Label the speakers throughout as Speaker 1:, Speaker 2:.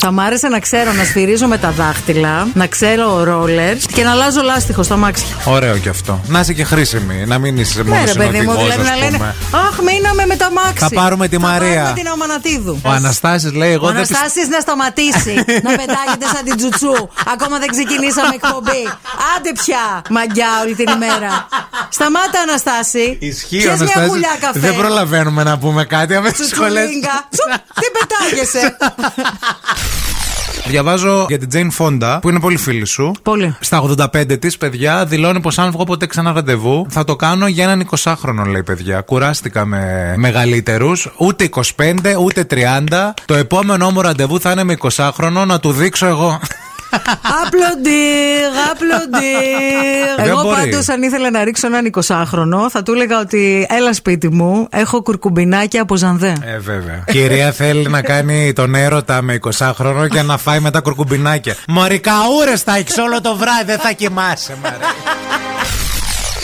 Speaker 1: Θα μ' άρεσε να ξέρω να σφυρίζω με τα δάχτυλα, να ξέρω ρόλερ και να αλλάζω λάστιχο στο αμάξι.
Speaker 2: Ωραίο κι αυτό. Να είσαι και χρήσιμη, να μην είσαι μόνο
Speaker 1: Ναι, ρε παιδί μου,
Speaker 2: συνοδηγός,
Speaker 1: δηλαδή
Speaker 2: ας
Speaker 1: να λένε
Speaker 2: πούμε.
Speaker 1: Αχ, μείναμε με τα μάξι.
Speaker 2: Θα πάρουμε τη
Speaker 1: Θα
Speaker 2: Μαρία».
Speaker 1: πάρουμε την Αμανατίδου.
Speaker 2: Ο Αναστάσης λέει:
Speaker 1: Ο
Speaker 2: Εγώ δεν πιστεύω.
Speaker 1: Αναστάσης να σταματήσει να πετάγεται σαν την τσουτσού. Ακόμα δεν ξεκινήσαμε εκπομπή. Άντε πια, μαγκιά όλη την ημέρα. Σταμάτα, Αναστάση.
Speaker 2: Ισχύει ο
Speaker 1: Πιες μια
Speaker 2: Αναστάσης.
Speaker 1: γουλιά καφέ.
Speaker 2: Δεν προλαβαίνουμε να πούμε κάτι. Αμέσω σχολές.
Speaker 1: Τσουτσουλίγκα. Τσουπ, Τι πετάγεσαι.
Speaker 2: Διαβάζω για την Τζέιν Φόντα, που είναι πολύ φίλη σου.
Speaker 1: Πολύ.
Speaker 2: Στα 85 της, παιδιά, δηλώνει πως αν βγω ποτέ ξανά ραντεβού, θα το κάνω για έναν 20χρονο, λέει παιδιά. Κουράστηκα με μεγαλύτερους, ούτε 25, ούτε 30. Το επόμενό μου ραντεβού θα είναι με 20χρονο, να του δείξω εγώ.
Speaker 1: Απλοντήρ, απλοντήρ.
Speaker 2: Δεν
Speaker 1: Εγώ
Speaker 2: μπορεί.
Speaker 1: πάντως, αν ήθελα να ρίξω έναν 20χρονο, θα του έλεγα ότι έλα σπίτι μου, έχω κουρκουμπινάκια από Ζανδέ.
Speaker 2: Ε, βέβαια. Η Κυρία θέλει να κάνει τον έρωτα με 20χρονο και να φάει μετά κουρκουμπινάκια. Μωρικά ώρε θα έχεις όλο το βράδυ, δεν θα κοιμάσαι, μωρέ.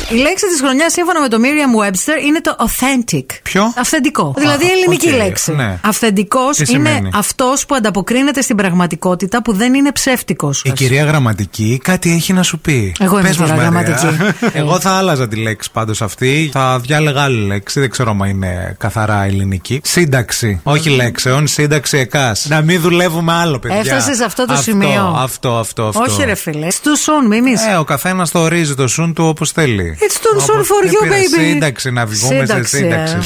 Speaker 1: Η λέξη της χρονιάς, σύμφωνα με το Merriam Webster, είναι το authentic.
Speaker 2: Ποιο?
Speaker 1: Αυθεντικό. δηλαδή ελληνική
Speaker 2: οκ,
Speaker 1: λέξη.
Speaker 2: ναι.
Speaker 1: Αυθεντικός
Speaker 2: Τι
Speaker 1: είναι
Speaker 2: σημαίνει?
Speaker 1: αυτός που ανταποκρίνεται στην πραγματικότητα που δεν είναι ψεύτικος.
Speaker 2: Η κυρία γραμματική κάτι έχει να σου πει.
Speaker 1: Εγώ είμαι
Speaker 2: Πες μας,
Speaker 1: τώρα
Speaker 2: Μαρία.
Speaker 1: γραμματική.
Speaker 2: Εγώ θα άλλαζα τη λέξη πάντως αυτή. Θα διάλεγα άλλη λέξη. Δεν ξέρω αν είναι καθαρά ελληνική. Σύνταξη. Όχι λέξεων, σύνταξη εκάς. Να μην δουλεύουμε άλλο, παιδιά.
Speaker 1: Έφτασε σε αυτό το
Speaker 2: αυτό,
Speaker 1: σημείο.
Speaker 2: Αυτό, αυτό, αυτό.
Speaker 1: Όχι, ρε φίλε. Στου σον, μη μη.
Speaker 2: Ε, ο καθένας το ορίζει το σουν του όπως θέλει.
Speaker 1: It's too soon
Speaker 2: Όπως-
Speaker 1: for
Speaker 2: δεν
Speaker 1: you,
Speaker 2: πειράζει.
Speaker 1: baby.
Speaker 2: ε, Σύνταξη, να βγούμε
Speaker 1: Σύνταξη,
Speaker 2: σε σύνταξη.
Speaker 1: ε.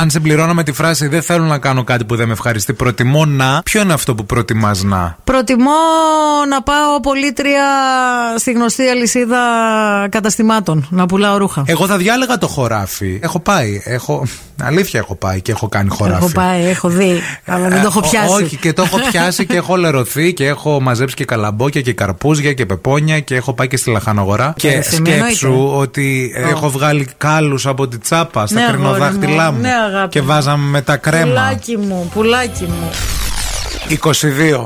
Speaker 2: Αν συμπληρώνω με τη φράση Δεν θέλω να κάνω κάτι που δεν με ευχαριστεί, προτιμώ να. Ποιο είναι αυτό που προτιμάς να.
Speaker 1: Προτιμώ να πάω πολίτρια στη γνωστή αλυσίδα καταστημάτων, να πουλάω ρούχα.
Speaker 2: Εγώ θα διάλεγα το χωράφι. Έχω πάει. Έχω... Αλήθεια έχω πάει και έχω κάνει χωράφι.
Speaker 1: Έχω πάει, έχω δει, αλλά δεν το έχω
Speaker 2: Ε, ο-
Speaker 1: πιάσει.
Speaker 2: όχι, και το έχω πιάσει και έχω λερωθεί και έχω μαζέψει και καλαμπόκια και καρπούζια και πεπόνια και έχω πάει και στη
Speaker 1: Ε,
Speaker 2: λαχανογορά. Και
Speaker 1: Ευθύμη,
Speaker 2: σκέψου
Speaker 1: εννοείται.
Speaker 2: ότι έχω βγάλει κάλους από τη τσάπα στα
Speaker 1: Ναι,
Speaker 2: κρυμνοδάχτυλά
Speaker 1: αγόρι μου.
Speaker 2: μου.
Speaker 1: Ναι, αγάπη
Speaker 2: και
Speaker 1: μου.
Speaker 2: βάζαμε με τα κρέμα.
Speaker 1: Πουλάκι μου, πουλάκι μου.
Speaker 2: 22.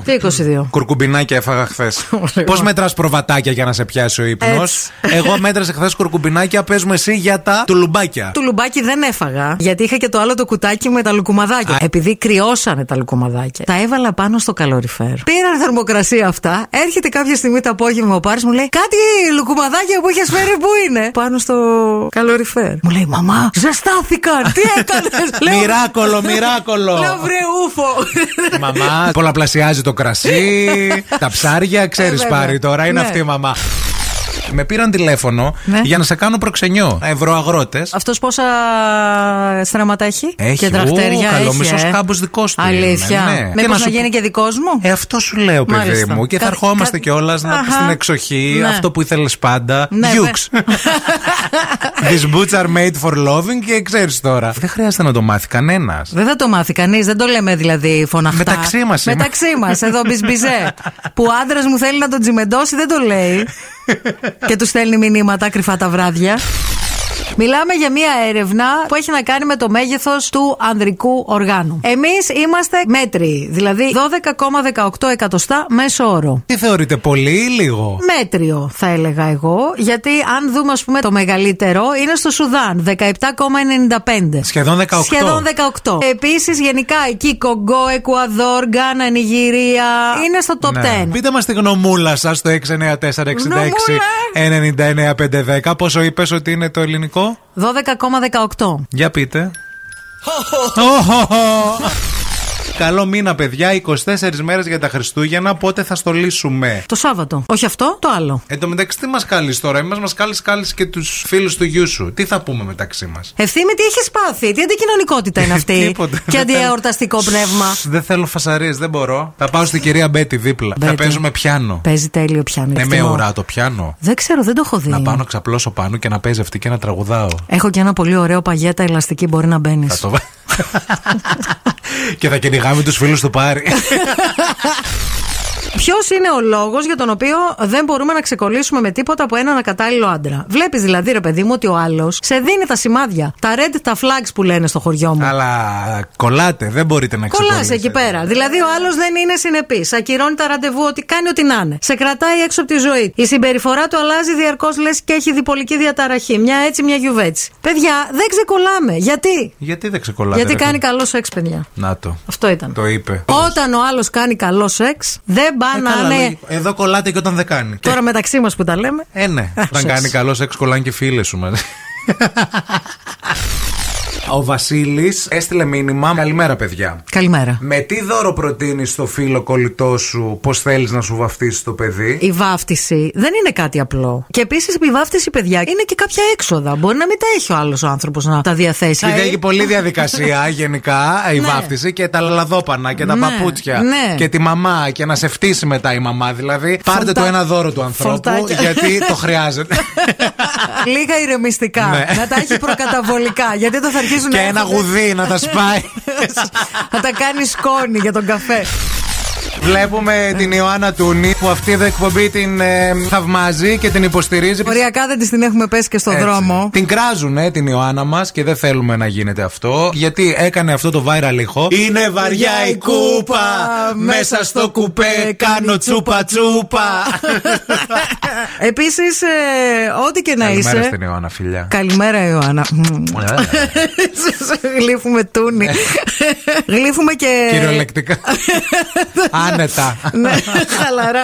Speaker 1: Τι 22.
Speaker 2: Κουρκουμπινάκια έφαγα χθες.
Speaker 1: Ωραία.
Speaker 2: Πώς μετράς προβατάκια για να σε πιάσει ο ύπνος.
Speaker 1: Έτσι.
Speaker 2: Εγώ μέτρασε χθες κουρκουμπινάκια. Παίζουμε εσύ για τα τουλουμπάκια.
Speaker 1: Του λουμπάκι δεν έφαγα, γιατί είχα και το άλλο το κουτάκι με τα λουκουμαδάκια.
Speaker 2: Α.
Speaker 1: Επειδή κρυώσανε τα λουκουμαδάκια, τα έβαλα πάνω στο καλοριφέρ. Πήραν θερμοκρασία αυτά. Έρχεται κάποια στιγμή το απόγευμα ο Πάρης μου λέει: Κάτι λουκουμαδάκια που είχες φέρει, πού είναι? Πάνω στο καλοριφέρ. Μου λέει: Μαμά, ζεστάθηκαν. Τι έκανες,
Speaker 2: Μυράκολο, μυράκολο.
Speaker 1: Λέω βρε ούφο.
Speaker 2: Μαμά, πολλαπλασιάζει το κρασί. τα ψάρια, ξέρεις
Speaker 1: Ε, βέβαια.
Speaker 2: πάρει τώρα,
Speaker 1: Ναι.
Speaker 2: είναι αυτή η μαμά. Με πήραν τηλέφωνο
Speaker 1: Ναι.
Speaker 2: για να σε κάνω προξενιό. Ευρωαγρότες.
Speaker 1: Αυτός πόσα στραματά έχει,
Speaker 2: Έχει,
Speaker 1: και τραχτέρια.
Speaker 2: ου, καλό,
Speaker 1: έχει,
Speaker 2: μισός
Speaker 1: ε.
Speaker 2: κάμπος δικός του
Speaker 1: Αλήθεια.
Speaker 2: είναι, ναι.
Speaker 1: Μήπως
Speaker 2: Και να
Speaker 1: να,
Speaker 2: σου πω-
Speaker 1: γίνει και δικός μου.
Speaker 2: Ε, αυτό σου λέω, παιδί
Speaker 1: Μάλιστα.
Speaker 2: μου. Και θα
Speaker 1: Κα-
Speaker 2: ερχόμαστε
Speaker 1: κα-
Speaker 2: κιόλας
Speaker 1: Αχα.
Speaker 2: στην εξοχή,
Speaker 1: Ναι.
Speaker 2: αυτό που ήθελες πάντα.
Speaker 1: Ναι,
Speaker 2: Γιούξ.
Speaker 1: βε-
Speaker 2: These boots are made for loving και ξέρεις τώρα. Δεν χρειάζεται να το μάθει κανένας.
Speaker 1: Δεν θα το μάθει κανείς, δεν το λέμε δηλαδή φωναχτά.
Speaker 2: Μεταξύ μας είμαι.
Speaker 1: Μεταξύ μας, εδώ μπιζμπιζέ. που ο άντρας μου θέλει να τον τσιμεντώσει, δεν το λέει. και τους στέλνει μηνύματα κρυφά τα βράδια. Μιλάμε για μία έρευνα που έχει να κάνει με το μέγεθος του ανδρικού οργάνου. Εμείς είμαστε μέτριοι, δηλαδή 12,18 εκατοστά μέσο όρο.
Speaker 2: Τι θεωρείτε, πολύ ή λίγο.
Speaker 1: Μέτριο θα έλεγα εγώ, γιατί αν δούμε ας πούμε το μεγαλύτερο είναι στο Σουδάν, 17,95.
Speaker 2: Σχεδόν 18.
Speaker 1: Σχεδόν 18. Επίσης γενικά εκεί Κογκό, Εκουαδόρ, Γκάνα, Νιγηρία είναι στο top 10.
Speaker 2: Ναι. Πείτε μας τη γνωμούλα σας στο 694-66-99-510. Πόσο είπες ότι είναι το ελληνικό.
Speaker 1: 12,18.
Speaker 2: Για πείτε. Καλό μήνα, παιδιά. 24 μέρες για τα Χριστούγεννα. Πότε θα στολίσουμε.
Speaker 1: Το Σάββατο. Όχι αυτό, το άλλο.
Speaker 2: Εν τω μεταξύ, τι μας κάλει τώρα. Εμάς μας κάλει κάλει και τους φίλους του γιού σου. Τι θα πούμε μεταξύ μας.
Speaker 1: Ευθύμη, τι έχεις πάθει, τι αντικοινωνικότητα είναι αυτή.
Speaker 2: Τίποτα.
Speaker 1: και
Speaker 2: Δεν θέλω-
Speaker 1: αντιεορταστικό πνεύμα.
Speaker 2: Δεν θέλω φασαρίες, δεν μπορώ. Θα πάω στην κυρία Μπέτη δίπλα. Θα
Speaker 1: Μπέτη.
Speaker 2: παίζουμε πιάνο.
Speaker 1: Παίζει τέλειο πιάνο.
Speaker 2: Ναι, με
Speaker 1: εκτιμώ.
Speaker 2: ουρά το πιάνο.
Speaker 1: Δεν ξέρω, δεν το έχω δει.
Speaker 2: Να πάω να ξαπλώσω πάνω και να παίζει αυτή και να τραγουδάω.
Speaker 1: Έχω και ένα πολύ ωραίο παγέτα ελαστική, μπορεί να μπαίνεις.
Speaker 2: Θα το βα- και θα κυνηγάμε τους φίλους του Πάρη.
Speaker 1: Ποιος είναι ο λόγος για τον οποίο δεν μπορούμε να ξεκολλήσουμε με τίποτα από έναν ακατάλληλο άντρα. Βλέπεις δηλαδή, ρε παιδί μου, ότι ο άλλος σε δίνει τα σημάδια. Τα red, τα flags που λένε στο χωριό μου.
Speaker 2: Αλλά κολλάτε, δεν μπορείτε να
Speaker 1: Κολλάς
Speaker 2: ξεκολλήσετε.
Speaker 1: εκεί πέρα. Δηλαδή, ο άλλος δεν είναι συνεπής. Ακυρώνει τα ραντεβού, ό,τι κάνει, ό,τι να είναι. Σε κρατάει έξω από τη ζωή. Η συμπεριφορά του αλλάζει διαρκώς, λες και έχει διπολική διαταραχή. Μια έτσι, μια γιουβέτσι. Παιδιά, δεν ξεκολλάμε. Γιατί?
Speaker 2: Γιατί δεν ξεκολλάτε.
Speaker 1: Γιατί
Speaker 2: ρε
Speaker 1: κάνει
Speaker 2: παιδί?
Speaker 1: καλό σεξ, παιδιά.
Speaker 2: Να το.
Speaker 1: Αυτό ήταν.
Speaker 2: Το είπε.
Speaker 1: Όταν ο άλλος κάνει καλό σεξ, δεν
Speaker 2: Ε,
Speaker 1: πάει
Speaker 2: καλά,
Speaker 1: να είναι.
Speaker 2: λογικό. Εδώ κολλάτε και όταν δεν κάνει.
Speaker 1: Τώρα μεταξύ μας που τα λέμε.
Speaker 2: Ε, ναι.
Speaker 1: Άκουσες.
Speaker 2: Όταν κάνει καλός σεξ, κολλάνε και φίλες σου μαζί. Ο Βασίλης έστειλε μήνυμα. Καλημέρα, παιδιά.
Speaker 1: Καλημέρα.
Speaker 2: Με τι δώρο προτείνεις στο φίλο κολλητό σου πώ θέλεις να σου βαφτίσει το παιδί.
Speaker 1: Η βάφτιση δεν είναι κάτι απλό. Και επίσης η βάφτιση, παιδιά, είναι και κάποια έξοδα. Μπορεί να μην τα έχει ο άλλος άνθρωπος να τα διαθέσει. Δηλαδή,
Speaker 2: Επειδή έχει πολλή διαδικασία γενικά η
Speaker 1: Ναι.
Speaker 2: βάφτιση και τα λαλαδόπανα και τα
Speaker 1: Ναι,
Speaker 2: παπούτσια
Speaker 1: ναι.
Speaker 2: και τη μαμά και να σε φτύσει μετά η μαμά δηλαδή. Πάρτε
Speaker 1: Φορτά-
Speaker 2: το ένα δώρο του ανθρώπου
Speaker 1: Φορτάκια.
Speaker 2: γιατί το χρειάζεται.
Speaker 1: Λίγα ηρεμιστικά.
Speaker 2: Ναι.
Speaker 1: Να τα έχει προκαταβολικά. Γιατί το θα αρχίσουν
Speaker 2: και
Speaker 1: να
Speaker 2: ένα
Speaker 1: έρχονται-
Speaker 2: γουδί να τα σπάει.
Speaker 1: να τα κάνει σκόνη για τον καφέ.
Speaker 2: Βλέπουμε την Ιωάννα Τούνη που αυτή εδώ εκπομπή την ε, θαυμάζει και την υποστηρίζει.
Speaker 1: Οριακά δεν της την έχουμε πέσει και στον
Speaker 2: Έτσι.
Speaker 1: δρόμο.
Speaker 2: Την κράζουν ε, την Ιωάννα μας και δεν θέλουμε να γίνεται αυτό. Γιατί έκανε αυτό το viral ηχό. Είναι βαριά η κούπα. Μέσα στο κουπέ κάνω τσούπα τσούπα.
Speaker 1: Επίσης, ε, ό,τι και να
Speaker 2: Καλημέρα
Speaker 1: είσαι.
Speaker 2: στην Ιωάννα, φιλιά.
Speaker 1: Καλημέρα, Ιωάννα. Μμμ. Γλύφουμε τούνη. Γλύφουμε
Speaker 2: Ε.
Speaker 1: και.
Speaker 2: Ναι. Κυριολεκτικά. Άνετα.
Speaker 1: Ναι, χαλαρά.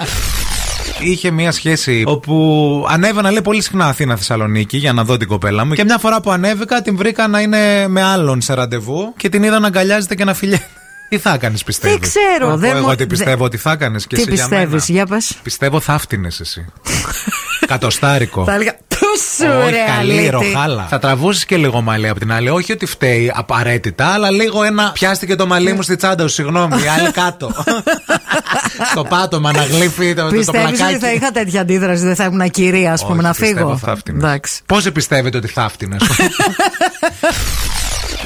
Speaker 2: Είχε μία σχέση όπου ανέβαινα λέει πολύ συχνά Αθήνα Θεσσαλονίκη για να δω την κοπέλα μου. Και μια φορά που ανέβηκα την βρήκα να είναι με άλλον σε ραντεβού και την είδα να αγκαλιάζεται και να φιλιέται. Τι θα κάνεις, πιστεύεις.
Speaker 1: Δεν ξέρω,
Speaker 2: Να πω
Speaker 1: δεν μου-
Speaker 2: εγώ τι πιστεύω ότι θα κάνεις και
Speaker 1: Τι
Speaker 2: εσύ
Speaker 1: πιστεύει,
Speaker 2: για μένα.
Speaker 1: για πες.
Speaker 2: Πιστεύω θα φτύνες εσύ. Κατοστάρικο.
Speaker 1: Θα έλεγα. Πούσου,
Speaker 2: Όχι,
Speaker 1: ρε,
Speaker 2: καλή
Speaker 1: αλήτη.
Speaker 2: ροχάλα. Θα τραβούσε και λίγο μαλλί από την άλλη. Όχι ότι φταίει απαραίτητα, αλλά λίγο ένα. Πιάστηκε το μαλλί μου στη τσάντα, σου, συγγνώμη. Η άλλη κάτω. Στο πάτωμα να γλύφει το, το
Speaker 1: Πιστεύεις ότι
Speaker 2: πλακάκι.
Speaker 1: θα είχα τέτοια αντίδραση, δεν θα ήμουν κυρία, ας πούμε,
Speaker 2: Όχι,
Speaker 1: να
Speaker 2: πιστεύω
Speaker 1: φύγω.
Speaker 2: Θα
Speaker 1: Εντάξει.
Speaker 2: Πόσοι πιστεύετε ότι θα φτύνε.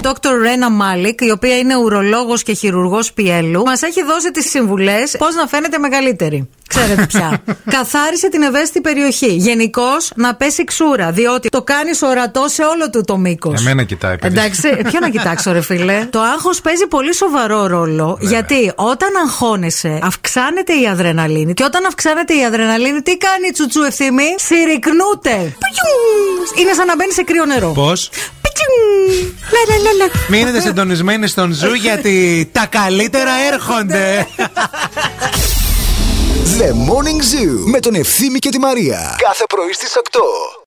Speaker 1: Dr. Ρένα Μάλικ, η οποία είναι ουρολόγος και χειρουργός πιέλου, μας έχει δώσει τις συμβουλές πώς να φαίνεται μεγαλύτερη. Ξέρετε πια. Καθάρισε την ευαίσθητη περιοχή. Γενικώς να πέσει ξούρα, διότι το κάνεις ορατό σε όλο του το μήκος.
Speaker 2: Εμένα κοιτάει, παιδιά.
Speaker 1: Εντάξει, ποιο να κοιτάξω, ρε φίλε. Το άγχος παίζει πολύ σοβαρό ρόλο, γιατί όταν αγχώνεσαι, αυξάνεται η αδρεναλίνη. Και όταν αυξάνεται η αδρεναλίνη, τι κάνει η τσουτσού ευθύμη, συρρυκνούται. Πιου! Είναι σαν να μπαίνει σε κρύο νερό.
Speaker 2: Πώς.
Speaker 1: Πιτσιου! Λα, λα, λα, λα.
Speaker 2: Μείνετε συντονισμένοι στον Ζου γιατί τα καλύτερα έρχονται.
Speaker 3: The Morning Zoo με τον Ευθύμη και τη Μαρία. Κάθε πρωί στις 8.